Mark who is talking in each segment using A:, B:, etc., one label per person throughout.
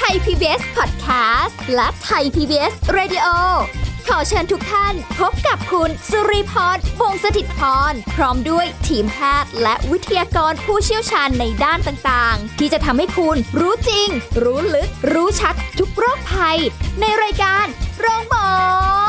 A: PBS Podcast และไทย PBS Radio ขอเชิญทุกท่านพบกับคุณสุริพรวงศสถิตพร พร้อมด้วยทีมแพทย์และวิทยากรผู้เชี่ยวชาญในด้านต่างๆ ที่จะทำให้คุณรู้จริง รู้ลึก รู้ชัดทุกโรคภัย ในรายการโรงพยาบาล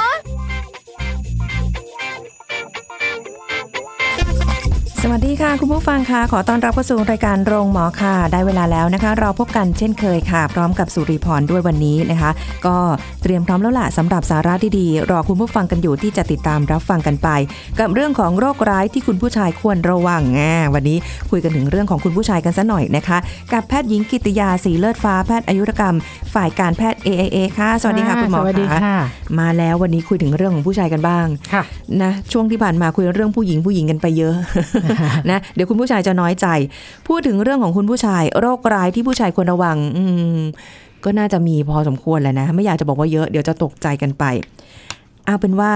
B: สวัสดีค่ะ คุณผู้ฟังค่ะ ขอต้อนรับเข้าสู่รายการโรงหมอค่ะ ได้เวลาแล้วนะคะ เราพบกันเช่นเคยค่ะ พร้อมกับสุริพรด้วยวันนี้นะคะ ก็เตรียมพร้อมแล้วล่ะสำหรับสาระดีๆ รอคุณผู้ฟังกันอยู่ที่จะติดตามรับฟังกันไป กับเรื่องของโรคร้ายที่คุณผู้ชายควรระวังอ่าวันนี้คุยกันถึงเรื่องของคุณผู้ชายกันซะหน่อยนะคะ กับแพทย์หญิงกิติยาสีเลิศฟ้าแพทย์อายุรกรรม ฝ่ายการแพทย์ AIA ค่ะ สวัสดีค่ะคุณหมอ
C: สวัสดีค่ะ
B: มาแล้ววันนี้คุยถึงเรื่องของผู้ชายกันบ้าง
C: ค่ะ
B: นะช่วงที่ผ่านมาคุยเรื่องผู้หญิงผู้หญิงกันไปเยอะ นะเดี๋ยวคุณผู้ชายจะน้อยใจ พูดถึงเรื่องของคุณผู้ชาย โรคร้ายที่ผู้ชายควรระวัง อืมก็น่าจะมีพอสมควรแหละนะ ไม่อยากจะบอกว่าเยอะเดี๋ยวจะตกใจกันไป เอาเป็นว่า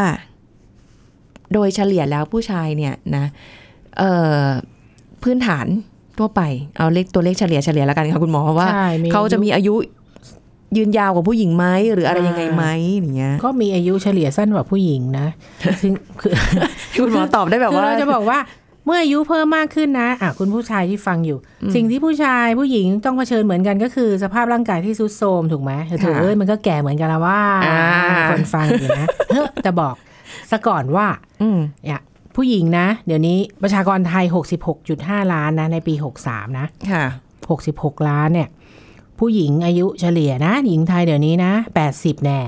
B: โดยเฉลี่ยแล้วผู้ชายเนี่ยนะเอ่อพื้นฐานทั่วไป เอาเลขตัวเลขเฉลี่ยเฉลี่ยแล้วกันค่ะคุณหมอว่า
C: ใช่มี
B: เขาจะมีอายุยืนยาวกว่าผู้หญิงไหมหรืออะไรยังไงไหมอย่างเงี้ย
C: ก็มีอายุเฉลี่ยสั้นกว่าผู้หญิงนะซึ่งคือ
B: คุณหมอตอบได้แบบ
C: คือ
B: ว่า
C: เราจะบอกว่าเมื่ออายุเพิ่มมากขึ้นนะอ่ะคุณผู้ชายที่ฟังอยู่ สิ่งที่ผู้ชายผู้หญิงต้องเผชิญเหมือนกันก็คือ สภาพร่างกายที่ทรุดโทรมถูกไหมเออ
B: ค่ะ
C: เอ้ยมันก็แก่เหมือนกันแล้วว่า
B: อ่า
C: คนฟังอยู่นะเฮ้อแต่บอกซะก่อนว่า
B: อืม
C: เนี่ยผู้หญิงนะ เดี๋ยวนี้ประชากรไทย 66.5 ล้านนะในปี 63 นะ
B: ค่ะ
C: 66 ล้านเนี่ย ผู้หญิงอายุเฉลี่ยนะ หญิงไทยเดี๋ยวนี้นะ 80 แน่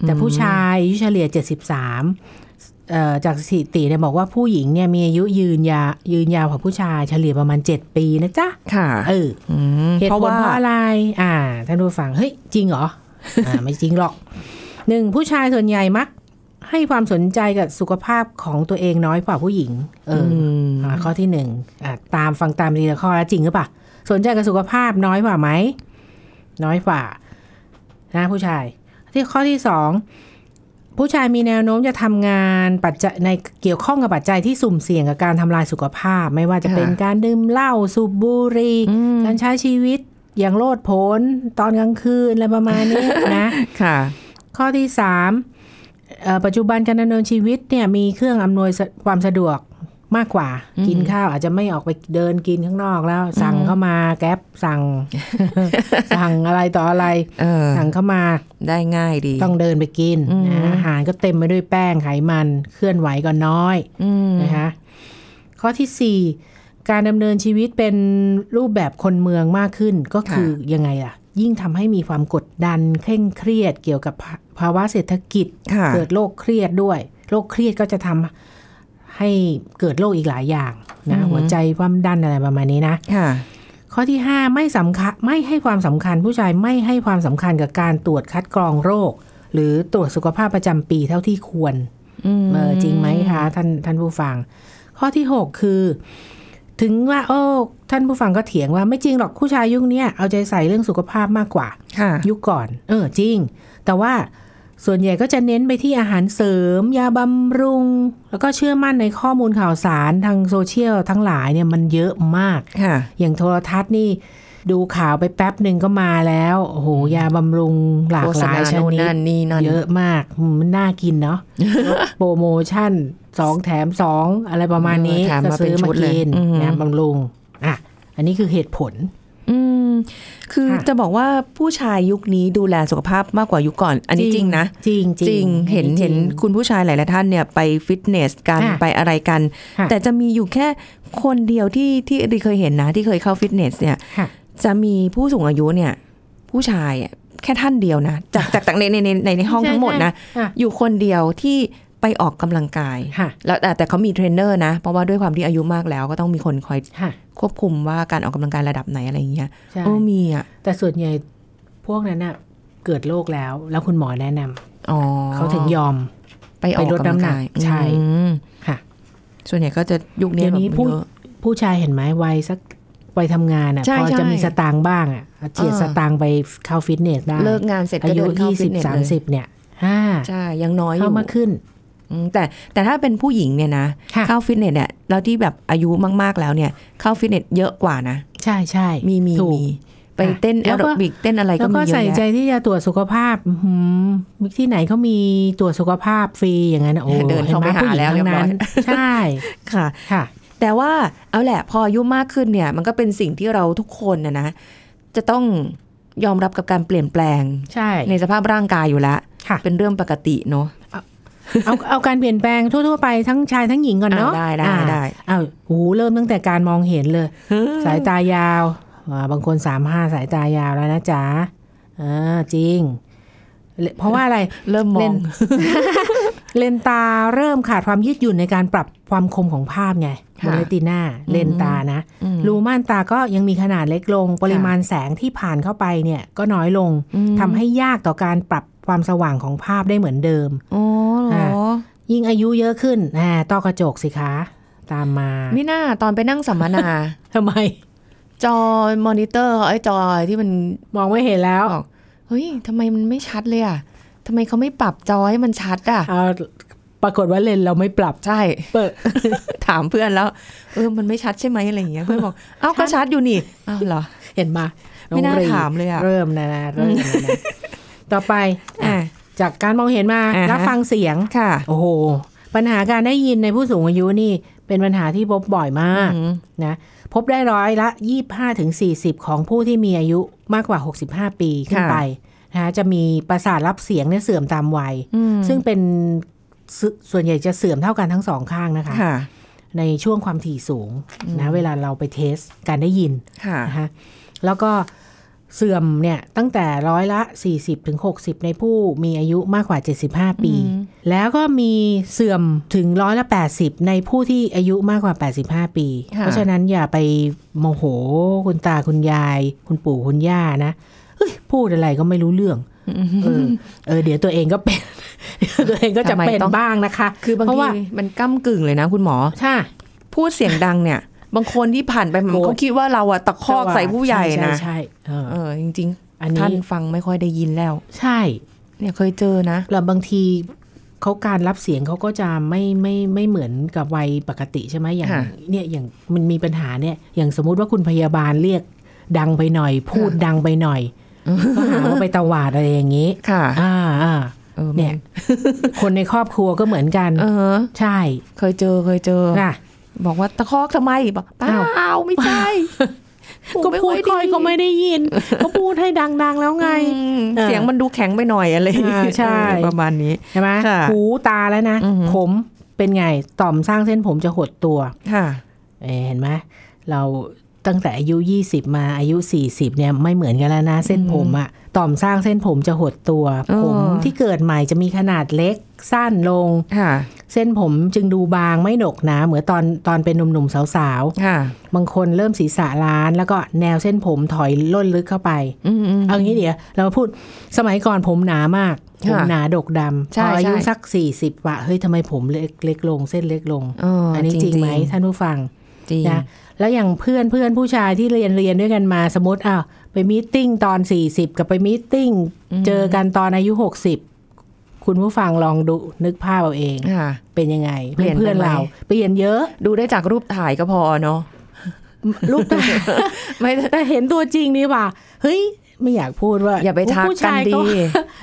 C: แต่ผู้ชายอายุเฉลี่ย 73เอ่อจากสถิติเนี่ยบอกว่าผู้หญิงเนี่ยมีอายุยืนยายืนยาวกว่าผู้ชายเฉลี่ยประมาณ 7 ปีนะจ๊ะ
B: ค่ะ
C: เออ
B: อืม
C: เหตุ
B: เพราะ
C: ผล
B: ว่า
C: เพราะอะไร อ่าท่านผู้ฟัง เฮ้ย จริงเหรอ อ่า ไม่จริงหรอกหนึ่งผู้ชายส่วนใหญ่มัก ให้ความสนใจกับสุขภาพของตัวเองน้อยกว่าผู้หญิง เอออ
B: ม
C: อ่าข้อที่หนึ่งอ่ะตามฟังตามทีละข้อแล้วจริงหรือเปล่าสนใจกับสุขภาพน้อยกว่าไหม น้อยกว่านะผู้ชาย ที่ข้อที่สองผู้ชายมีแนวโน้มจะทำงานปัจจัยในเกี่ยวข้องกับปัจจัยที่สุ่มเสี่ยงกับการทำลายสุขภาพ ไม่ว่าจะเป็น
B: ค่ะ
C: การดื่มเหล้าสูบบุหรี่
B: อืม
C: การใช้ชีวิตอย่างโลดโผนตอนกลางคืนอะไรประมาณนี้นะ
B: ค่ะ
C: ข้อที่สามเอ่อปัจจุบันการดำเนินชีวิตเนี่ยมีเครื่องอำนวยสะความสะดวกมากกว่า กินข้าวอาจจะไม่ออกไปเดินกินข้างนอกแล้ว สั่งเข้ามาแก๊ปสั่ง สั่งอะไรต่ออะไร
B: เออ
C: สั่งเข้ามา
B: ได้ง่ายดี
C: ต้องเดินไปกิน
B: อืม
C: นะอาหารก็เต็มไปด้วยแป้งไขมันเคลื่อนไหวก็น้อย
B: อืม
C: นะคะข้อที่ 4 การดำเนินชีวิตเป็นรูปแบบคนเมืองมากขึ้นก็คือยังไงล่ะ ยิ่งทำให้มีความกดดันเคร่งเครียดเกี่ยวกับภาภาวะเศรษฐกิจ
B: ค่ะ
C: เกิดโรคเครียดด้วยโรคเครียดก็จะทำให้เกิดโรคอีกหลายอย่างนะหัวใจความดันอะไรประมาณนี้นะ
B: ค่ะ
C: ข้อที่ 5 ไม่สำคัญไม่ให้ความสำคัญผู้ชายไม่ให้ความสำคัญกับการตรวจคัดกรองโรค หรือตรวจสุขภาพประจำปีเท่าที่ควร
B: อืม
C: เออจริงไหมคะท่านท่านผู้ฟัง ข้อที่ 6 คือ ถึงว่า โอ้ท่านผู้ฟังก็เถียงว่าไม่จริงหรอกผู้ชายยุคเนี้ยเอาใจใส่เรื่องสุขภาพมากกว่า
B: ค่ะ
C: ยุคก่อน เออจริง แต่ว่าส่วนใหญ่ก็จะเน้นไปที่อาหารเสริม ยาบำรุง แล้วก็เชื่อมั่นในข้อมูลข่าวสารทางโซเชียลทั้งหลายเนี่ยมันเยอะมาก
B: ค่ะ
C: อย่างโทรทัศน์นี่ดูข่าวไปแป๊บหนึ่งก็มาแล้ว โอ้โห ยาบำรุงหลาก
B: โฆ
C: ห
B: ษ
C: ลาย
B: ณา
C: ช
B: โน่น
C: นิ
B: นั่
C: ด
B: นนี่นั่น
C: เยอะมากอืมมันน่ากิน เนาะ โปรโมชั่นสองแถมสองอะไรประมาณนี้
B: เออแถม
C: ก็
B: มาเป็น
C: ซื้อ
B: ชุ
C: มา
B: ดเลย
C: กิน
B: อืม
C: ยาบำรุงอ่ะอันนี้คือเหตุผล
B: อืม คือ
C: ค่ะ
B: จะบอกว่าผู้ชายยุคนี้ดูแลสุขภาพมากกว่ายุคก่อน อันนี้จริงนะ
C: จริงจริง
B: จริง เห็น
C: อั
B: เห็น
C: จริง
B: คุณผู้ชายหลายๆท่านเนี่ยไปฟิตเนสกัน
C: ค่ะ
B: ไปอะไรกัน
C: ค่ะ
B: แต่จะมีอยู่แค่คนเดียวที่ที่ดิเคยเห็นนะ ที่เคยเข้าฟิตเนสเนี่ย
C: ค่ะ
B: จะมีผู้สูงอายุเนี่ย ผู้ชายอะแค่ท่านเดียวนะจากจากจากในในในในในห้อง
C: ใช่
B: ทั้งหมดนะ
C: ใช่ค่ะ
B: อยู่คนเดียวที่ไปออกกำลังกาย
C: ค่ะ
B: แล้วแต่แต่เขามีเทรนเนอร์นะ เพราะว่าด้วยความที่อายุมากแล้วก็ต้องมีคนคอย
C: ค่ะ
B: ควบคุมว่าการออกกำลังกายระดับไหนอะไรอย่างเงี้ย
C: ใช่
B: โอ้มีอ่ะ
C: แต่ส่วนใหญ่พวกนั้นน่ะเกิดโรคแล้ว แล้วคุณหมอแนะนำ
B: อ๋อ
C: เขาถึงยอม
B: ไปออกกำลังกาย
C: ไปลดน้ำหนักใช่
B: อืม
C: ค่ะ
B: ส่วนใหญ่ก็จะยุคนี้
C: เดี๋ยวนี้
B: แบบ
C: ผู้
B: เยอะ
C: ผู้ชายเห็นไหมวัยสักวัยทำงานอ่ะ
B: ใช่
C: พอ
B: ใช่
C: จะมีสตางค์บ้างอ่ะเจียด
B: เออ
C: สตางค์ไปเข้าฟิตเนสได้
B: เลิกงานเสร็จ
C: อา
B: ก็
C: ยุ
B: เดินเข้า
C: ยี่
B: ฟิ
C: สิ
B: ต
C: บ
B: เนส
C: สาม
B: เลย
C: สิบเนี่ยห้า
B: ใช่ยังน้อยอ
C: เข้า
B: ยู่
C: มาขึ้น
B: อืมแต่แต่ถ้าเป็นผู้หญิงเนี่ยนะ
C: ค่ะ
B: เข้าฟิตเนสเนี่ยแล้วที่แบบอายุมากๆแล้วเนี่ย เข้าฟิตเนสเยอะกว่านะ
C: ใช่ใช่
B: มีมี
C: ถูก
B: มีไป ไปเต้นแอ
C: แล้ว
B: โร
C: ก็
B: บิกเต้นอะไรก็
C: แล้ว
B: มี
C: ก็
B: เยอะ
C: ใส่ใจ
B: แยะ
C: ที่จะตรวจสุขภาพอื้อหือที่ไหนเขามีตรวจสุขภาพฟรีอย่างนั้นนะโอ้
B: เดินเข้าไปหาแล้วเรียบร้อย
C: ใช่
B: ค่ะ
C: ค่ะ
B: แต่ว่าเอาแหละพออายุมากขึ้นเนี่ย มันก็เป็นสิ่งที่เราทุกคนนะนะ จะต้องยอมรับกับการเปลี่ยนแปลง
C: ใช่
B: ในสภาพร่างกายอยู่แล้ว
C: ค่ะ
B: เป็นเรื่องปกติเนาะ
C: เอาเอาการเปลี่ยนแปลงทั่วๆไปทั้งชายทั้งหญิงก่อนเนาะ
B: อ่าได้ได้
C: อ่า
B: ได้
C: เอาโอ้โหเริ่มตั้งแต่การมองเห็นเลย สายตายาวอ่าบางคนสามห้าสายตายาวแล้วนะจ๊ะอ่าจริง เพราะว่าอะไร
B: เริ่มม
C: เล่
B: อง
C: น เลนตาเริ่มขาดความยืดหยุ่นในการปรับความคมของภาพไง
B: ค่ะ
C: โมเลติน่าเลนตานะ
B: อืม
C: รูม่านตาก็ยังมีขนาดเล็กลง ปริมาณแสงที่ผ่านเข้าไปเนี่ยก็น้อยลง
B: อืม
C: ทำให้ยากต่อการปรับความสว่างของภาพได้เหมือนเดิม
B: อ๋อเหรอ
C: ยิ่งอายุเยอะขึ้นอ่าต้อกระจกสิคะ ตามมา
B: ไม่น่าตอนไปนั่งสัมมนา
C: ทำไม
B: จอมอนิเตอร์เขาไอ้จอที่มัน
C: มองไม่เห็นแล้ว
B: ออกเฮ้ยทำไมมันไม่ชัดเลยอ่ะทำไมเขาไม่ปรับจอให้มันชัดอ่ะ
C: เอาปรากฏว่าเลนส์เราไม่ปรับ
B: ใช่
C: เปิด
B: ถามเพื่อนแล้ว เออ มันไม่ชัดใช่ไหมอะไรอย่างเงี้ย เพื่อนบอก เอ้าก็ชัดอยู่นี่ อ้าวเหรอ
C: เห็นมา
B: ไม่น่า
C: น้องรี
B: ถามเลยอะ
C: เริ่มนะนะเริ่มนะ นะต่อไป
B: อ่ะ
C: จากการมองเห็นมา
B: อ่าฮะ
C: รับฟังเสียง
B: ค่ะ
C: โอ้โห ปัญหาการได้ยินในผู้สูงอายุนี่ เป็นปัญหาที่พบบ่อยมาก
B: อืม
C: นะพบได้ร้อยละ 25-40 ของผู้ที่มีอายุมากกว่า 65 ปีขึ้นไปนะคะจะมีประสาทรับเสียงเนี่ยเสื่อมตามวัย
B: อืม
C: ซึ่งเป็นสส่วนใหญ่จะเสื่อมเท่ากันทั้งสองข้างนะคะ
B: ค่ะ
C: ในช่วงความถี่สูงนะเวลาเราไปเทสการได้ยิน
B: ค่ะ
C: นะคะแล้วก็เสื่อมเนี่ยตั้งแต่ร้อยละ 40-60ถึง60 ในผู้มีอายุมากกว่า 75 ปี
B: อืม
C: แล้วก็มีเสื่อมถึงร้อยละ 80 ในผู้ที่อายุมากกว่า 85 ปี
B: ค่ะ
C: เพราะฉะนั้นอย่าไปโมโหคุณตาคุณยาย คุณปู่คุณย่านะเอ้ยพูดอะไรก็ไม่รู้เรื่อง เออเออเดี๋ยวตัวเองก็เป็น เดี๋ยวตัวเองก็
B: ทำ
C: จะ
B: ไม
C: เป็น
B: ต้อง
C: บ้างนะคะ
B: คือบาง
C: เพราะ
B: ที
C: ว่า
B: มันก้ากึ่งเลยนะคุณหมอ
C: ใช่
B: พูดเสียงดังเนี่ย บางคนที่ผ่านไปมัน
C: โกรธ
B: เขาคิดว่าเราอะตะคอกใส่ผู้ใหญ่นะ
C: ใช่ใช่ใช่เออ
B: เออ จริง
C: อัน
B: ๆ
C: นี้
B: ท่านฟังไม่ค่อยได้ยินแล้ว
C: ใช่
B: เนี่ยเคยเจอนะ
C: แล้วบางทีเขาการรับเสียงเขาก็จะไม่ไม่ไม่เหมือนกับวัยปกติใช่ไหมอย่าง
B: ค่ะ
C: เนี่ยอย่างมันมีปัญหาเนี่ย อย่างสมมุติว่าคุณพยาบาลเรียกดังไปหน่อย พูดดังไปหน่อย
B: อืม
C: ก็หาว่าไปตวาดอะไรอย่าง นี้
B: ค่ะ
C: อ่าอ่า
B: ออ
C: เนี่ย คนในครอบครัวก็เหมือนกัน
B: เออ
C: ใช่
B: เคยเจอเคยเจอ
C: นะ
B: บอกว่าตะคอกทำไมบอกเปล่า
C: อ้าว
B: ไม่ใช่
C: ก็
B: ไม่
C: พูดค่อยก็ไม่ได้ยิน ก็พูดให้ดัง ๆ แล้วไง
B: อืม
C: เออ
B: เสียงมันดูแข็งไปหน่อยอะไรอย่างเงี้ย
C: อ่าใช่
B: เออประมาณนี้
C: ใช่ไหม
B: ค่ะ
C: หูตาแล้วนะ
B: อือหือ
C: ผมเป็นไง ต่อมสร้างเส้นผมจะหดตัว
B: ค่ะ
C: เอ่อเห็นไหมเราตั้งแต่อายุ 20 มาอายุ 40เนี่ยไม่เหมือนกันแล้วนะ เส้นผมอะต่อมสร้างเส้นผมจะหดตัว
B: เออ
C: ผมที่เกิดใหม่จะมีขนาดเล็กสั้นลง
B: ค่ะ
C: เส้นผมจึงดูบางไม่หนกหนาเหมือนตอนตอนเป็นหนุ่มๆสาว
B: ค่ะ
C: ๆ บางคนเริ่มศีรษะล้าน แล้วก็แนวเส้นผมถอยล่นลึกเข้าไป
B: อืมอืม
C: เอางี้เดี๋ยวเราพูดสมัยก่อนผมหนามาก
B: ค่ะ
C: ผมหนาดกดำ
B: ใช่
C: พออายุ
B: ใช่
C: สักสี่สิบว่ะเฮ้ยทำไมผมเล็กเล็กลงเส้นเล็กลง
B: เออ
C: อั
B: อั
C: นนี้จริงไหมท่านผู้ฟัง
B: จริง
C: นะแล้วอย่างเพื่อนเพื่อนผู้ชายที่เรียนเรียนด้วยกันมาสมมติอ้าวไปมีตติ้งตอน 40 กับไปมีตติ้งเจอกันตอนอายุ 60 คุณผู้ฟังลองดูนึกภาพเอาเอง
B: ค่ะ
C: เป็นยังไง
B: เปลี่ยน
C: เพื่อน
B: ไปไหม
C: เรา เปลี่ยนเยอะ
B: ดูได้จากรูปถ่ายก็พอเนาะ
C: รูปตา
B: ไม่
C: แต่เห็นตัวจริงนี่ว่ะเฮ้ยไม่อยากพูดว่า
B: อย่าไปทัก
C: ผู้
B: กัน
C: ชาย
B: ดี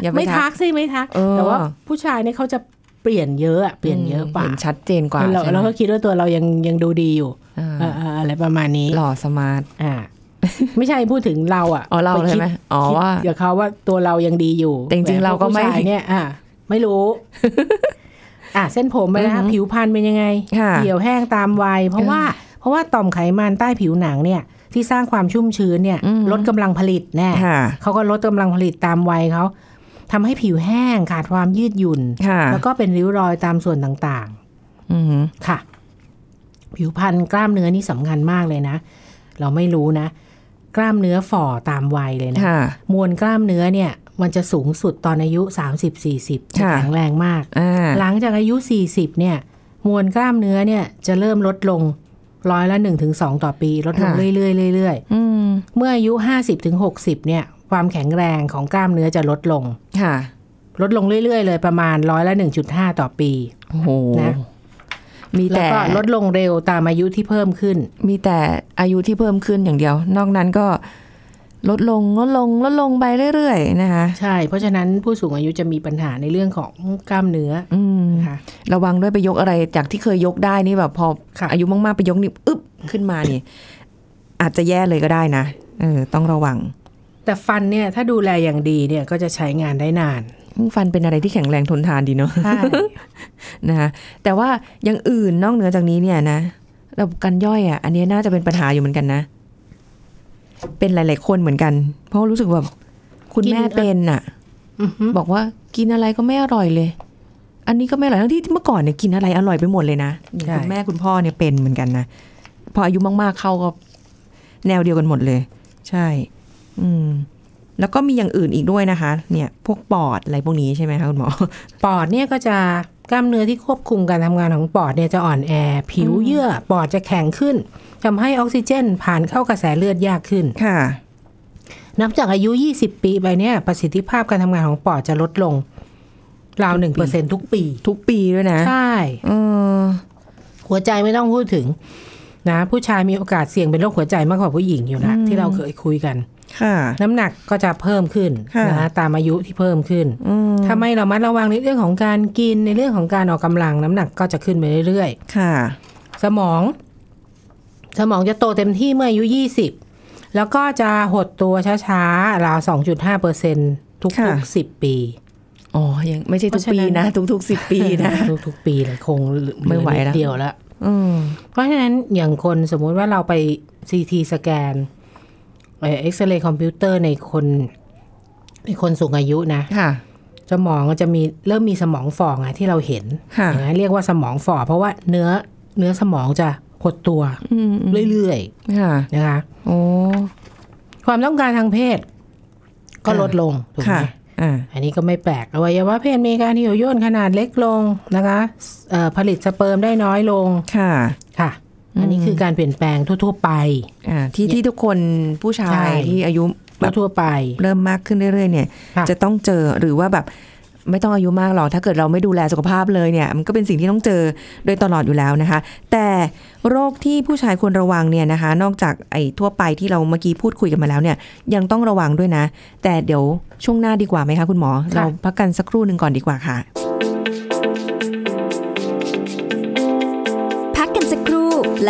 B: อย่าไป
C: ไม่
B: ทั
C: ทั
B: ก
C: กสิไม่ทัก
B: เออ
C: แต่ว่าผู้ชายเนี่ยเขาจะเปลี่ยนเยอะอะเปลี่ยนเยอะกว่า
B: เห็นชัดเจนกว่า
C: เรา
B: ใช่ไหม
C: เราก็คิดว่าตัวเรายังยังดูดีอยู่
B: อ่า
C: เออเอออะไรประมาณนี้
B: หล่อสมาร์ท
C: อ่า ไม่ใช่พูดถึงเราอ่ะ
B: อ๋อเรา
C: ป
B: ใช่
C: คิด
B: ไหมอ๋อ
C: คิด
B: ว่า
C: กับเขาว่าตัวเรายังดีอยู่
B: แต่จริงๆ
C: ห
B: เราก็ไม่
C: ผู้ชยเนี่ย อ่า ไม่รู้ อ่ะเส้นผมไปนะ
B: อือหือ
C: ผิวพรรณเป็นยังไง
B: ค่ะ
C: เหี่ยวแห้งตามวัยเพราะว่า เพราะว่าต่อมไขมันใต้ผิวหนังเนี่ย ที่สร้างความชุ่มชื้นเนี่ย ลดกำลังผลิตแน่
B: ค่ะ
C: เขาก็ลดกำลังผลิตตามวัยเขาทำให้ผิวแห้งขาดความยืดหยุ่น
B: ค่ะ
C: แล้วก็เป็นริ้วรอยตามส่วนต่าง
B: อืม
C: ๆ ค่ะ ผิวพรรณกล้ามเนื้อนี่สำคัญมากเลยนะ เราไม่รู้นะ กล้ามเนื้อฝ่อตามวัยเลยนะ
B: ค่ะ
C: มวลกล้ามเนื้อเนี่ย มันจะสูงสุดตอนอายุ 30-40จะ
B: ค่ะ
C: แข็งแรงมาก
B: อ่า
C: หลังจากอายุ 40 เนี่ย มวลกล้ามเนื้อเนี่ยจะเริ่มลดลงร้อยละ 1-2 ต่อปี ลดลงเรื่อยๆเรื่อยๆ
B: อืม
C: เมื่ออายุ 50ถึง60 เนี่ย ความแข็งแรงของกล้ามเนื้อจะลดลง
B: ค่ะ
C: ลดลงเรื่อย ๆ เลยประมาณร้อยละ 1.5 ต่อปี
B: โอ้โห
C: นะ
B: มี
C: แล้ว
B: แต่
C: ก็ลดลงเร็วตามอายุที่เพิ่มขึ้น
B: มีแต่อายุที่เพิ่มขึ้นอย่างเดียว นอกนั้นก็ ลดลงลดลงลดลงไปเรื่อยๆนะคะ
C: ใช่ เพราะฉะนั้นผู้สูงอายุจะมีปัญหาในเรื่องของกล้ามเนื้อ
B: อืม
C: นะคะ
B: ระวังด้วยไปยกอะไรจากที่เคยยกได้นี่แบบพอ
C: ค่ะ
B: อายุมากๆไปยกนี่อึ๊บขึ้นมานี่ อาจจะแย่เลยก็ได้นะเออต้องระวัง
C: แต่ฟันเนี่ยถ้าดูแลอย่างดีเนี่ยก็จะใช้งานได้นาน
B: ฟันเป็นอะไรที่แข็งแรงทนทานดีเนาะ
C: ใช่
B: นะคะแต่ว่าอย่างอื่นนอกเหนือจากนี้เนี่ยนะระบบการย่อยอ่ะ อันนี้น่าจะเป็นปัญหาอยู่เหมือนกันนะ เป็นหลาย ๆ คนเหมือนกัน เพราะรู้สึกแบบคุณแม่
C: กินอะ
B: เป็นอ่ะ บอกว่ากินอะไรก็ไม่อร่อยเลย อันนี้ก็ไม่อร่อยทั้งที่เมื่อก่อนเนี่ยกินอะไรอร่อยไปหมดเลยนะอย่าง
C: ใช่
B: คุณแม่คุณพ่อเนี่ยเป็นเหมือนกันนะพออายุมากๆเข้าก็แนวเดียวกันหมดเลย ใช่ อืม แล้วก็มีอย่างอื่นอีกด้วยนะคะ เนี่ย พวกปอดอะไรพวกนี้ใช่ไหมคะคุณหมอ
C: ปอดเนี่ยก็จะกล้ามเนื้อที่ควบคุมการทำงานของปอดเนี่ยจะอ่อนแอ ผิวเยื่อ ปอดจะแข็งขึ้นทำให้ออกซิเจน ผ่านเข้ากระแสเลือดยากขึ้น
B: ค่ะ
C: นับจากอายุ 20 ปีไปเนี่ยประสิทธิภาพการทำงานของปอดจะลดลง ราวหนึ่งเปอร์เซ็นทุกปี
B: ทุกปีด้วยนะ
C: ใช่
B: เออ
C: หัวใจไม่ต้องพูดถึงนะผู้ชายมีโอกาสเสี่ยงเป็นโรคหัวใจมากกว่าผู้หญิงอยู่นะที่เราเคยคุยกัน
B: ค่ะ
C: น้ำหนักก็จะเพิ่มขึ้น
B: ค่ะ
C: นะตามอายุที่เพิ่มขึ้น
B: อืม
C: ถ้าไม่ระมัดระวังในเรื่องของการกินในเรื่องของการออกกำลัง น้ำหนักก็จะขึ้นไปเรื่อย
B: ค่ะ
C: ๆ สมอง สมองจะโตเต็มที่เมื่ออายุ 20 แล้วก็จะหดตัวช้าๆราว 2.5เปอร์เซ็นทุก
B: ค่ะ
C: ๆ10 ปี
B: อ๋อ ยังไม่ใช่ทุก
C: เพราะฉะ
B: ปี
C: นั้น
B: นะ ทุกๆสิบปี นะ
C: ทุกๆปีเลยคงเลือ
B: ไม่ไหวแล้ว
C: นิดเดียวแล้ว
B: อืม
C: เพราะฉะนั้นอย่างคนสมมุติว่าเราไปซีทีสแกนเอ็กซเรย์คอมพิวเตอร์ในคนในคนสูงอายุนะ
B: ค่ะ
C: สมองจะมีเริ่มมีสมองฝ่อไงที่เราเห็น
B: ค่ะ
C: อย่างนั้นเรียกว่าสมองฝ่อเพราะว่าเนื้อเนื้อสมองจะหดตัว
B: อืมอืม
C: เรื่อย
B: ค่ะ
C: ๆนะคะ
B: โอ้
C: ความต้องการทางเพศ ก็
B: ค่ะ
C: ลดลงถูกไห
B: ค่ะ
C: ม
B: อ่า
C: อันนี้ก็ไม่แปลกอวัยวะเพศมีการเหี่ยวย่นขนาดเล็กลงนะคะเอ่อผลิตสเปิร์มได้น้อยลง
B: ค่ะ
C: ค่ะ อันนี้คือการเปลี่ยนแปลงทั่ว ๆ ไป
B: อ่า ที่ที่ทุกคนผู้ชา
C: ใช่
B: ยที่อายุแบบ
C: ทั่วๆไป
B: เริ่มมากขึ้นเรื่อยๆเนี่ย
C: ค่ะ
B: จะต้องเจอหรือว่าแบบ ไม่ต้องอายุมากหรอกถ้าเกิดเราไม่ดูแลสุขภาพเลยเนี่ย มันก็เป็นสิ่งที่ต้องเจอโดยตลอดอยู่แล้วนะคะ แต่โรคที่ผู้ชายควรระวังเนี่ยนะคะ นอกจากไอ้ทั่วไปที่เราเมื่อกี้พูดคุยกันมาแล้วเนี่ย ยังต้องระวังด้วยนะ แต่เดี๋ยวช่วงหน้าดีกว่าไหมคะคุณหมอ เราพักกันสักครู่หนึ่งก่อนดีกว่าค่ะ
A: พักกันสักครู่แล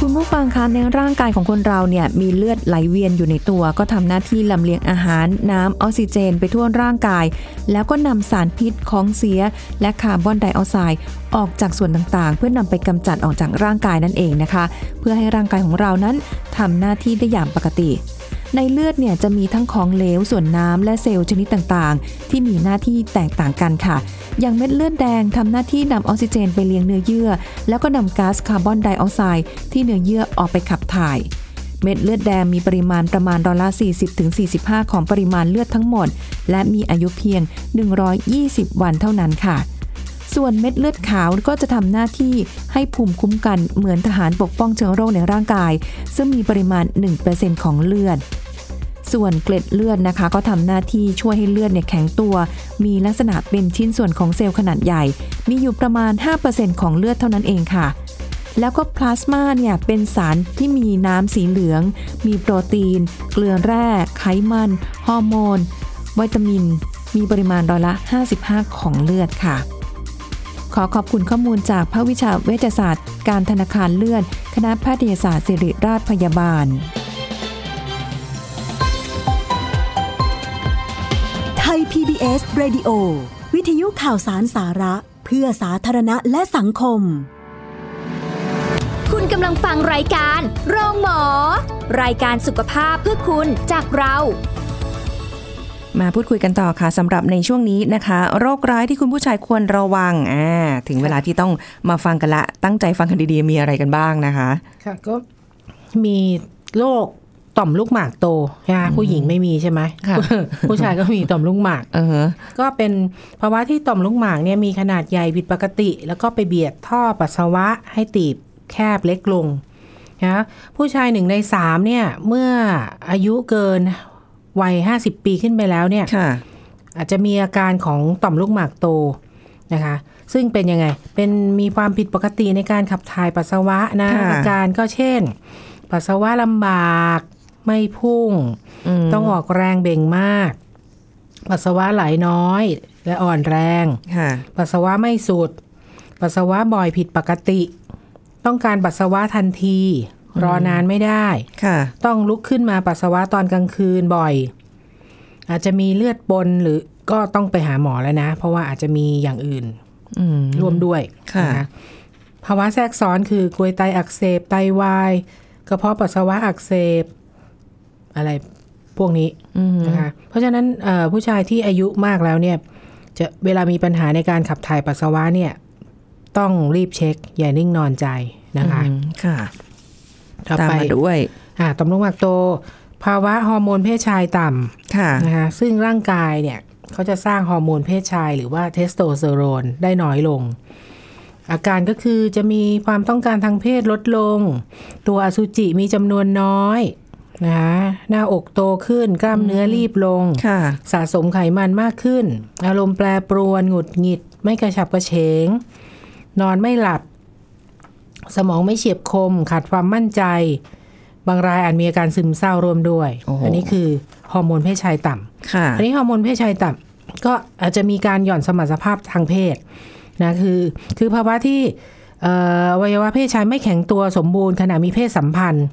B: คุณผู้ฟังคะในร่างกายของคนเราเนี่ยมีเลือดไหลเวียนอยู่ในตัว ก็ทำหน้าที่ลำเลียงอาหาร น้ำออกซิเจน ไปทั่วร่างกาย แล้วก็นำสารพิษของเสีย และคาร์บอนไดออกไซด์ออกจากส่วนต่างๆ เพื่อนำไปกำจัดออกจากร่างกายนั่นเองนะคะ เพื่อให้ร่างกายของเรานั้นทำหน้าที่ได้อย่างปกติ ในเลือดเนี่ยจะมีทั้งของเหลวส่วนน้ำและเซลล์ชนิดต่างๆ ที่มีหน้าที่แตกต่างกันค่ะ อย่างเม็ดเลือดแดงทำหน้าที่นำออกซิเจนไปเลี้ยงเนื้อเยื่อ แล้วก็นำก๊าซคาร์บอนไดออกไซด์ที่เนื้อเยื่อออกไปขับถ่าย เม็ดเลือดแดงมีปริมาณประมาณร้อยละ40-45 ของปริมาณเลือดทั้งหมด และมีอายุเพียง 120 วันเท่านั้นค่ะ ส่วนเม็ดเลือดขาวก็จะทำหน้าที่ให้ภูมิคุ้มกันเหมือนทหารปกป้องเชื้อโรคในร่างกาย ซึ่งมีปริมาณ 1%ของเลือด ส่วนเกล็ดเลือดนะคะ ก็ทำหน้าที่ช่วยให้เลือดเนี่ยแข็งตัว มีลักษณะเป็นชิ้นส่วนของเซลล์ขนาดใหญ่ มีอยู่ประมาณ 5%ของเลือดเท่านั้นเองค่ะ แล้วก็พลาสมาเนี่ยเป็นสารที่มีน้ำสีเหลือง มีโปรตีน เกลือแร่ ไขมัน ฮอร์โมน วิตามิน มีปริมาณร้อยละ 55 ของเลือดค่ะ ขอขอบคุณข้อมูลจากภาควิชาเวชศาสตร์ การธนาคารเลือด คณะแพทยศาสตร์ศิริราชพยาบาล
D: ไทย PBS Radio วิทยุข่าวสารสาระ เพื่อสาธารณะและสังคม
A: คุณกำลังฟังรายการโรงหมอ รายการสุขภาพเพื่อคุณจากเรา
B: มาพูดคุยกันต่อค่ะสำหรับในช่วงนี้นะคะ โรคร้ายที่คุณผู้ชายควรระวังอ่าถึงเวลาที่ต้องมาฟังกันละ ตั้งใจฟังกันดีๆ มีอะไรกันบ้างนะคะ
C: ค่ะก็มีโรคต่อมลูกหมากโตนะคะผู้หญิงไม่มีใช่ไหม
B: ค่ะ
C: ผู้ช ายก็มีต่อมลูกหมาก
B: เออ
C: ก็เป็นภาวะที่ต่อมลูกหมากเนี่ยมีขนาดใหญ่ผิดปกติ แล้วก็ไปเบียดท่อปัสสาวะให้ตีบแคบเล็กลงนะผู้ชายหนึ่งในสามเนี่ย เมื่ออายุเกิน วัย 50 ปีขึ้นไปแล้วเนี่ย
B: ค่ะ
C: อาจจะมีอาการของต่อมลูกหมากโตนะคะ ซึ่งเป็นยังไง เป็นมีความผิดปกติในการขับถ่ายปัสสาวะนะ
B: ค่ะ
C: อาการก็เช่น ปัสสาวะลำบากไม่พุ่ง
B: ม
C: ต้องออกแรงเบ่งมาก ปัสสาวะไหลน้อย และอ่อนแรง
B: ค่ะ
C: ปัสสาวะไม่สุด ปัสสาวะบ่อยผิดปกติ ต้องการปัสสาวะทันที รอนานไม่ได้
B: ค่ะ
C: ต้องลุกขึ้นมาปัสสาวะตอนกลางคืนบ่อย อาจจะมีเลือดปนหรือก็ต้องไปหาหมอแล้วนะ เพราะว่าอาจจะมีอย่างอื่น
B: อืม
C: ร่วมด้วย
B: ค่ะ
C: นภาวะแทรกซ้อนคือกลวยไตอักเสบไตวายกระเพาะปัสสาวะอักเสบ อะไรพวกนี้
B: อืม
C: นะคะเพราะฉะนั้นเอ่อผู้ชายที่อายุมากแล้วเนี่ยจะเวลามีปัญหาในการขับถ่ายปัสสาวะเนี่ย ต้องรีบเช็ค อย่านิ่งนอนใจนะคะ
B: อืมค่ะ
C: ต่อ
B: ตาม
C: ไป
B: มาด้วย
C: อ่าต่อมลูกหมากโต ภาวะฮอร์โมนเพศชายต่
B: ค่ะ
C: ำนะคะซึ่งร่างกายเนี่ยเขาจะสร้างฮอร์โมนเพศชายหรือว่าเทสโทสเตอโรนได้น้อยลง อาการก็คือจะมีความต้องการทางเพศลดลง ตัวอสุจิมีจำนวนน้อยนะคะหน้าอกโตขึ้น กล้ามเนื้อรีบลง
B: ค่ะ
C: สะสมไขมันมากขึ้น อารมณ์แปรปรวนหงุดหงิด ไม่กระฉับกระเฉง นอนไม่หลับ สมองไม่เฉียบคม ขาดความมั่นใจ บางรายอาจมีอาการซึมเศร้าร่วมด้วย
B: โอ้โห
C: อันนี้คือฮอร์โมนเพศชายต่ำ
B: ค่ะ
C: อันนี้ฮอร์โมนเพศชายต่ำก็อาจจะมีการหย่อนสมรรถภาพทางเพศนะคือคือภาวะที่เอ่ออวัยวะเพศชายไม่แข็งตัวสมบูรณ์ขณะมีเพศสัมพันธ์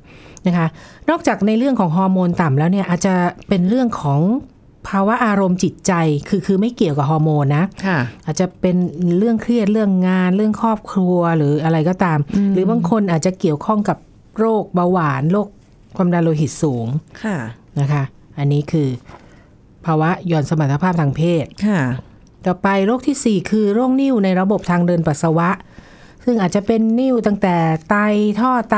C: นะคะนอกจากในเรื่องของฮอร์โมนต่ำแล้วเนี่ยอาจจะเป็นเรื่องของภาวะอารมณ์จิตใจคือคือไม่เกี่ยวกับฮอร์โมนนะ
B: ค่ะ
C: อาจจะเป็นเรื่องเครียดเรื่องงานเรื่องครอบครัวหรืออะไรก็ตาม หรือบางคนอาจจะเกี่ยวข้องกับโรคเบาหวานโรคความดันโลหิตสูง
B: ค่ะ
C: นะคะ อันนี้คือภาวะหย่อนสมรรถภาพทางเพศ
B: ค่ะ
C: ต่อไปโรคที่ 4 คือโรคนิ่วในระบบทางเดินปัสสาวะ ซึ่งอาจจะเป็นนิ่วตั้งแต่ไตท่อไต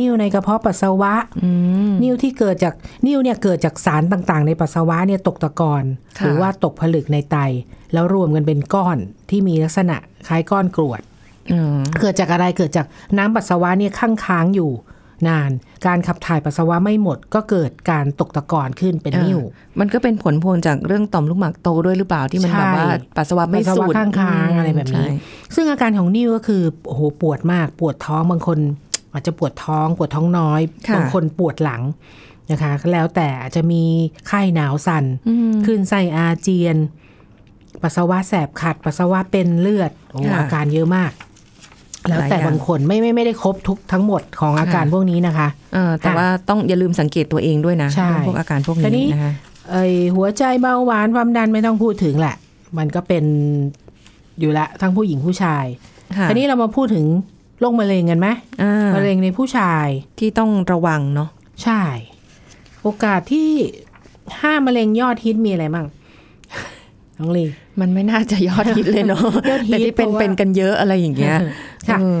C: นิ่วในกระเพาะปัสสาวะ
B: อืม
C: นิ่วที่เกิดจากนิ่วเนี่ยเกิดจากสารต่างๆ ในปัสสาวะเนี่ยตกตะกอน
B: ค่ะ
C: หรือว่าตกผลึกในไต แล้วรวมกันเป็นก้อนที่มีลักษณะคล้ายก้อนกรวด
B: อืม
C: เกิดจากอะไรเกิดจากน้ำปัสสาวะเนี่ยข้างค้างอยู่ นาน การขับถ่ายปัสสาวะไม่หมด ก็เกิดการตกตะกอนขึ้นเป็น
B: อ่า
C: นิ่ว
B: มันก็เป็นผลพวงจากเรื่องต่อมลูกหมากโตด้วยหรือเปล่าที่มัน
C: ใช่
B: แบบว่าปัสสาวะไม่
C: ปัสสาวะ
B: สูด
C: ข้างๆอะไรแบบนี้
B: ใช่
C: ซึ่งอาการของนิ่วก็คือโอ้โหปวดมาก ปวดท้องบางคน อาจจะปวดท้องปวดท้องน้อย
B: ะ
C: บางคนปวดหลังนะคะก็แล้วแต่อาจจะมีไข้หนาวสัน่น
B: อืม
C: คลื่นไส้อาเจียน ปัสสาวะแสบขัด ปัสสาวะเป็นเลือดโอ้
B: ค่ะ
C: อาการเยอะมาก แล้ว
B: หลา
C: แต่
B: ยอย่าง
C: บางคนไม่ไม่ไม่ได้ครบทุกทั้งหมดของอาการ
B: ค่ะ
C: พวกนี้นะคะ
B: เออแต่
C: ค่ะ
B: ว่าต้องอย่าลืมสังเกตตัวเองด้วยนะ
C: ใช่
B: เรื่องพวกอาการพวก
C: แต่นี่
B: นี้นะคะ
C: ไอยหัวใจเบาหวานความดันไม่ต้องพูดถึงแหละ มันก็เป็นอยู่ละทั้งผู้หญิงผู้ชาย
B: ค่ะ
C: ทีนี้เรามาพูดถึงโรคมะเร็งกันไหม
B: อ่าม
C: ะเร็งในผู้ชาย
B: ที่ต้องระวังเนาะ
C: ใช่ โอกาสที่ห้ามะเร็งยอดฮิตมีอะไรบ้าง น้องลี
B: มันไม่น่าจะยอดฮิตเลยเนาะ
C: ยอดฮิต
B: แต่ที่เป็น
C: เพราะว่า
B: เป็นกันเยอะอะไรอย่างเงี้ย
C: ค่ะ
B: เออ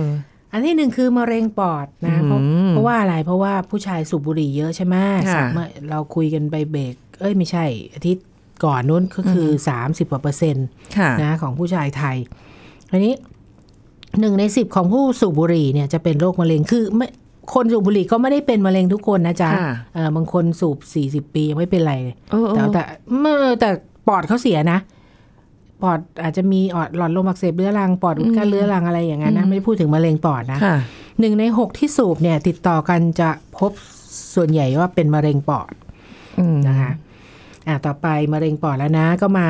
C: อันที่หนึ่งคือมะเร็งปอดนะเพราะ
B: อืม
C: เพราะว่าอะไรเพราะว่าผู้ชายสูบบุหรี่เยอะใช่ไหม
B: ค่ะ
C: เมื่อเราคุยกันไปเบรกเอ้ยไม่ใช่ อาทิตย์ก่อนนู้นก็คืออสามสิบกว่าเปอร์เซ็นต์
B: ค่ะ
C: นะของผู้ชายไทย อันนี้หนึ่งในสิบของผู้สูบบุหรี่เนี่ยจะเป็นโรคมะเร็งคือไม่คนสูบบุหรี่ก็ไม่ได้เป็นมะเร็งทุกคนนะจ๊ะ
B: ค่ะ
C: เออบางคนสูบสี่สิบปียังไม่เป็นไรเลย
B: เออเอ
C: แต่
B: อ
C: แต่เมื่อแต่ปอดเขาเสียนะ ปอดอาจจะมีออดหลอดลมอักเสบเรื้อรังปอดอุดกั้นเรื้อรังอะไรอย่างนั้นนะไม่ได้พูดถึงมะเร็งปอดนะ
B: ค่ะ
C: หนึ่งในหกที่สูบเนี่ย ติดต่อกันจะพบส่วนใหญ่ว่าเป็นมะเร็งปอด
B: อืม
C: นะคะอ่ะต่อไปมะเร็งปอดแล้วนะ ก็มา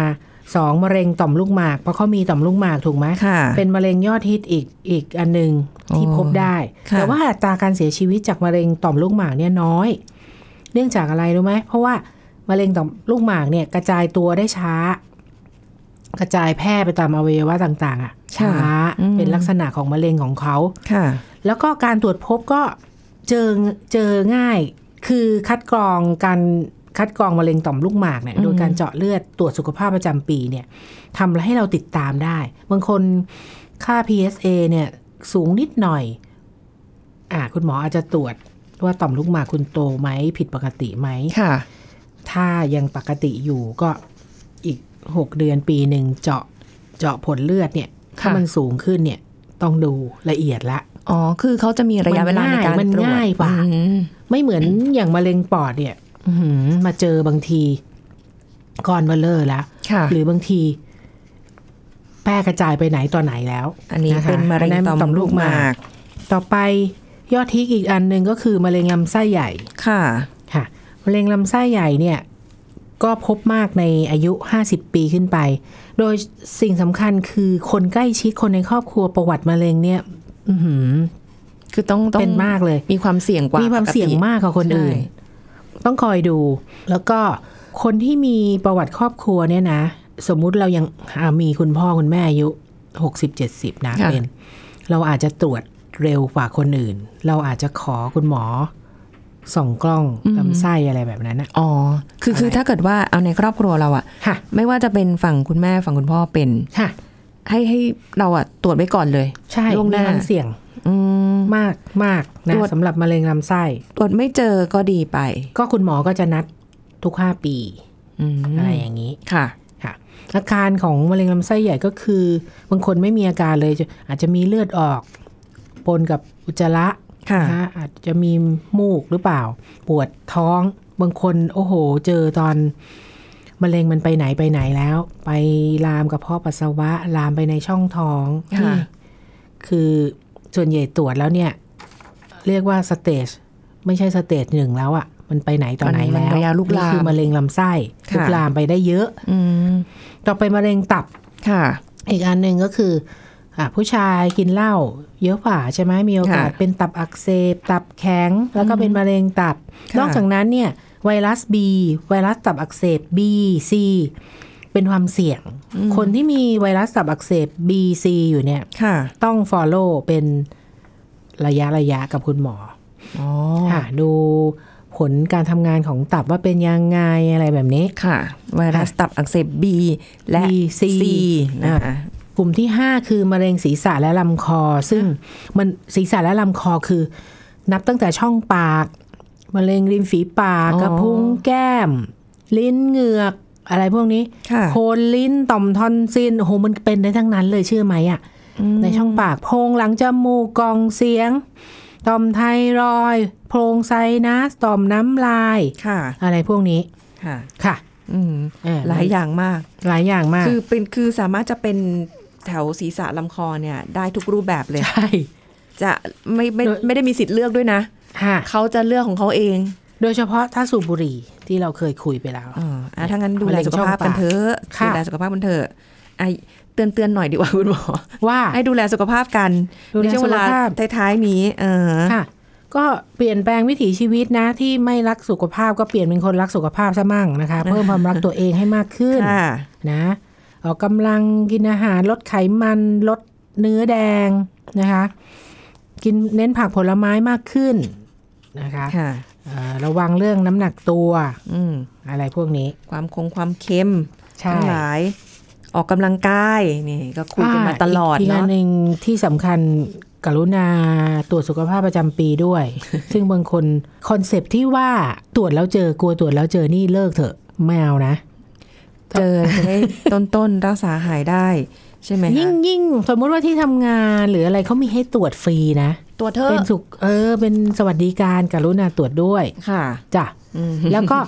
C: สองมะเร็งต่อมลูกหมาก เพราะเขามีต่อมลูกหมากถูกไหม
B: ค่ะ
C: เป็นมะเร็งยอดฮิตอีกอีกอันหนึ่งที่
B: โอ้
C: พบได้
B: ค่ะ
C: แต่ว่าอัตราการเสียชีวิตจากมะเร็งต่อมลูกหมากเนี่ยน้อย เนื่องจากอะไรรู้ไหมเพราะว่ามะเร็งต่อมลูกหมากเนี่ยกระจายตัวได้ช้า กระจายแพร่ไปตามอวัยวะต่างๆ อ่ะ ช้าเป็นลักษณะของมะเร็งของเขา
B: ค่ะ
C: แล้วก็การตรวจพบก็เจอเจอง่าย คือคัดกรองการคัดกรองมะเร็งต่อมลูกหมากเนี่ย
B: อืม
C: โดยการเจาะเลือดตรวจสุขภาพประจำปีเนี่ยทำให้เราติดตามได้ บางคนค่า PSA เนี่ยสูงนิดหน่อย อ่าคุณหมออาจจะตรวจว่าต่อมลูกหมากคุณโตไหม ผิดปกติไหม
B: ค่ะ
C: ถ้ายังปกติอยู่ก็อีก 6 เดือนปีหนึ่งเจาะเจาะผลเลือดเนี่ยถ้า
B: ค่ะ
C: มันสูงขึ้นเนี่ยต้องดูละเอียดละ
B: อ๋อ คือเขาจะมีระยะเวลาในการ
C: มัน
B: ตรวจ
C: ง่ายมันง่ายกว่า
B: อืม
C: ไม่เหมือนอย่างมะเร็งปอดเนี่ย อื้อหือมาเจอบางทีก้อนเบลเลอร์แล้ว
B: ค่ะ
C: หรือบางที แพร่กระจายไปไหนต่อไหนแล้ว
B: อันนี้
C: ะคะ
B: เป็นมะเร็ง
C: อันนั้น
B: ต่อมลูกหมาก
C: ต่อไปยอดทิกอีกอันหนึ่งก็คือมะเร็งลำไส้ใหญ่
B: ค่ะ
C: ค่ะมะเร็งลำไส้ใหญ่เนี่ย ก็พบมากในอายุ 50 ปีขึ้นไป โดยสิ่งสำคัญคือคนใกล้ชิดคนในครอบครัวประวัติมะเร็งเนี่ย อื้อหือ
B: คือต้องต้อง
C: เป็นมากเลย
B: มีความเสี่ยงกว่า
C: มี
B: มี
C: ความเสี่ยงมากกว่าคนอื่น ต้องคอยดู แล้วก็คนที่มีประวัติครอบครัวเนี่ยนะ สมมุติเรายังอ่ามีคุณพ่อคุณแม่อายุหกสิบเจ็ดสิบนะเป็น เราอาจจะตรวจเร็วกว่าคนอื่น เราอาจจะขอคุณหมอส่องกล้องลำไส้อะไรแบบนั้นนะ
B: อ๋อ คือคือถ้าเกิดว่าเอาในครอบครัวเราอะ
C: ค่ะ
B: ไม่ว่าจะเป็นฝั่งคุณแม่ฝั่งคุณพ่อเป็น
C: ค่ะ
B: ให้ให้เราอะตรวจไว้ก่อนเลย
C: ใช่
B: ล่วงหน้า
C: มีความเสี่ยง
B: อืม
C: มากมากนะ
B: ตรวจ
C: สำหรับมะเร็งลำไส้
B: ตรวจไม่เจอก็ดีไป
C: ก็คุณหมอก็จะนัดทุกห้าปี
B: อืม
C: อะไรอย่างนี้
B: ค่ะ
C: ค่ะอาการของมะเร็งลำไส้ใหญ่ก็คือบางคนไม่มีอาการเลยจะอาจจะมีเลือดออกปนกับอุจจาระ
B: ค่ะ
C: นะคะอาจจะมีมูกหรือเปล่า ปวดท้องบางคนโอ้โห เจอตอนมะเร็งมันไปไหนไปไหนแล้ว ไปลามกระเพาะปัสสาวะ ลามไปในช่องท้อง
B: ค่ะ
C: นี่คือส่วนใหญ่ตรวจแล้วเนี่ย เรียกว่าสเตจไม่ใช่สเตจหนึ่งแล้วอะ่ะ มันไปไหนต่อไหน
B: มัน
C: แล้
B: มั
C: ว
B: นระยะลุกลาม
C: นี่คือมะเร็งลำไส้
B: ค่ะ
C: ลุกลามไปได้เยอะ
B: อืม
C: ต่อไปมะเร็งตับ
B: ค่ะ
C: อีกอันหนึ่งก็คืออ่ะผู้ชายกินเหล้าเยอะฝ่าใช่ไหมมีโอกาส
B: ค่ะ
C: เป็นตับอักเสบ ตับแข็ง แล้วก็เป็นมะเร็งตับ นอกจากนั้นเนี่ยไวรัส B ไวรัสตับอักเสบ B C เป็นความเสี่ยง คนที่มีไวรัสตับอักเสบ B C อยู่เนี่ย
B: ค่ะ
C: ต้อง follow เป็นระยะระยะกับคุณหมอ
B: อ๋อ
C: อค่ะดูผลการทำงานของตับว่าเป็นยังไงอะไรแบบนี้
B: ค่ะ ไวรัสตับอักเสบ B และ
C: B C
B: C นะคะ
C: กลุ่มที่ 5 คือมะเร็งศีรษะและลำคอ ซึ่งมันศีรษะและลำคอคือ นับตั้งแต่ช่องปาก มะเร็งริมฝีปากกระพุ้งแก้ม ลิ้นเหงือก อะไรพวกนี้
B: ค่ะ
C: โคนลิ้นต่อมทอนซิลโอ้โหมันเป็นได้ทั้งนั้นเลยเชื่อไหมอะ่ะ ในช่องปากโพรงหลังจมูกกรองเสียง ต่อมไทรอยด์โพรงไซนัสต่อมน้ำลาย
B: ค่ะ
C: อะไรพวกนี้
B: ค่ะ
C: ค่ะ
B: อืม
C: เห
B: ลายอย่างมาก
C: หลายอย่างมาก
B: คือเป็นคือสามารถจะเป็นแถวศีรษะลำคอเนี่ย ได้ทุกรูปแบบเลย
C: ใช่
B: จะไม่ไม่ไม่ได้มีสิทธิ์เลือกด้วยนะ
C: ค่ะ
B: เขาจะเลือกของเขาเอง
C: โดยเฉพาะถ้าสูบบุหรี่ที่เราเคยคุยไปแล้ว
B: อ่าอ่ะถ้างั้นดูแลสุขภาพกันเถอะ
C: ค่ะ
B: ดูแลสุขภาพกันเถอะไอเตือนเตือนหน่อยดีกว่าคุณหมอ
C: ว่า
B: ให้ดูแลสุขภาพกัน
C: ดูแล
B: ในช่วงเวลา
C: สุขภาพ
B: ท้ายๆนี้ เออ
C: ค่ะ ก็เปลี่ยนแปลงวิถีชีวิตนะที่ไม่รักสุขภาพก็เปลี่ยนเป็นคนรักสุขภาพซะมั่งนะคะ เพิ่มความรักตัวเองให้มากขึ้น
B: ค่ะ
C: นะออกกำลังกินอาหารลดไขมันลดเนื้อแดงนะคะ กินเน้นผักผลไม้มากขึ้นนะคะ
B: ค่ะ
C: เอ่อระวังเรื่องน้ำหนักตัว
B: อืม
C: อะไรพวกนี้
B: ความคงความเค็ม
C: ใช่
B: ทั้งหลาย ออกกำลังกาย นี่ก็คุยกันมาตลอด
C: กอีกอั
B: เนาะ
C: นหนึ่งที่สำคัญกรุณาตรวจสุขภาพประจำปี ด้วย ซึ่งบางคนคอนเซปต์ที่ว่าตรวจแล้วเจอกลัวตรวจแล้วเจอนี่เลิกเถอะไม่เอานะ
B: เจอจะได้ต้นต้นๆรักษาหายได้ ใช่ไหมคะ
C: ยิ่งยิ่งสมมติว่าที่ทำงานหรืออะไรเขามีให้ตรวจฟรีนะ
B: ตัวเธอ
C: เป็นสุขเออเป็นสวัสดิการกรุณาตรวจด้วย
B: ค่ะ
C: จ้ะ
B: อืม
C: แล้วก็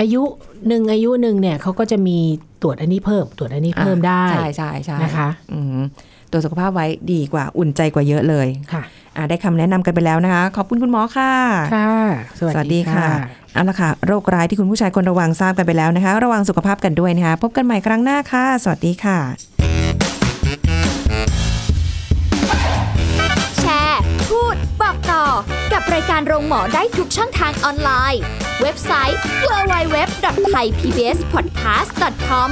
C: อายุหนึ่งอายุหนึ่งเนี่ยเขาก็จะมีตรวจอันนี้เพิ่ม ตรวจอันนี้เพิ่มได้
B: ใช่ใช่ใช่
C: นะคะ
B: อืมตัวสุขภาพไว้ดีกว่าอุ่นใจกว่าเยอะเลย
C: ค่ะ
B: อ่ะได้คำแนะนำกันไปแล้วนะคะ ขอบคุณคุณหมอค่ะ
C: ค่ะ
B: สวัสดีค่ะเอาละค่ะ โรคร้ายที่คุณผู้ชายควรระวังทราบกันไปแล้วนะคะ ระวังสุขภาพกันด้วยนะคะ พบกันใหม่ครั้งหน้าค่ะ สวัสดีค่ะ
A: แชร์ พูด บอกต่อ กับรายการโรงหมอได้ทุกช่องทางออนไลน์ เว็บไซต์ www.thaipbspodcast.com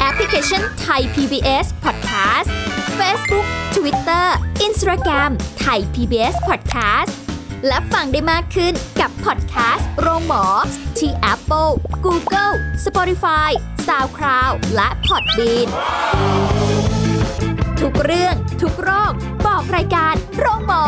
A: แอปพลิเคชัน Thai PBS Podcast Facebook Twitter Instagram Thai PBS Podcast และฟังได้มากขึ้นกับพอดแคสต์โรงหมอ ที่ Apple, Google, Spotify, SoundCloud และ Podbean ทุกเรื่องทุกโรค บอกรายการโรงหมอ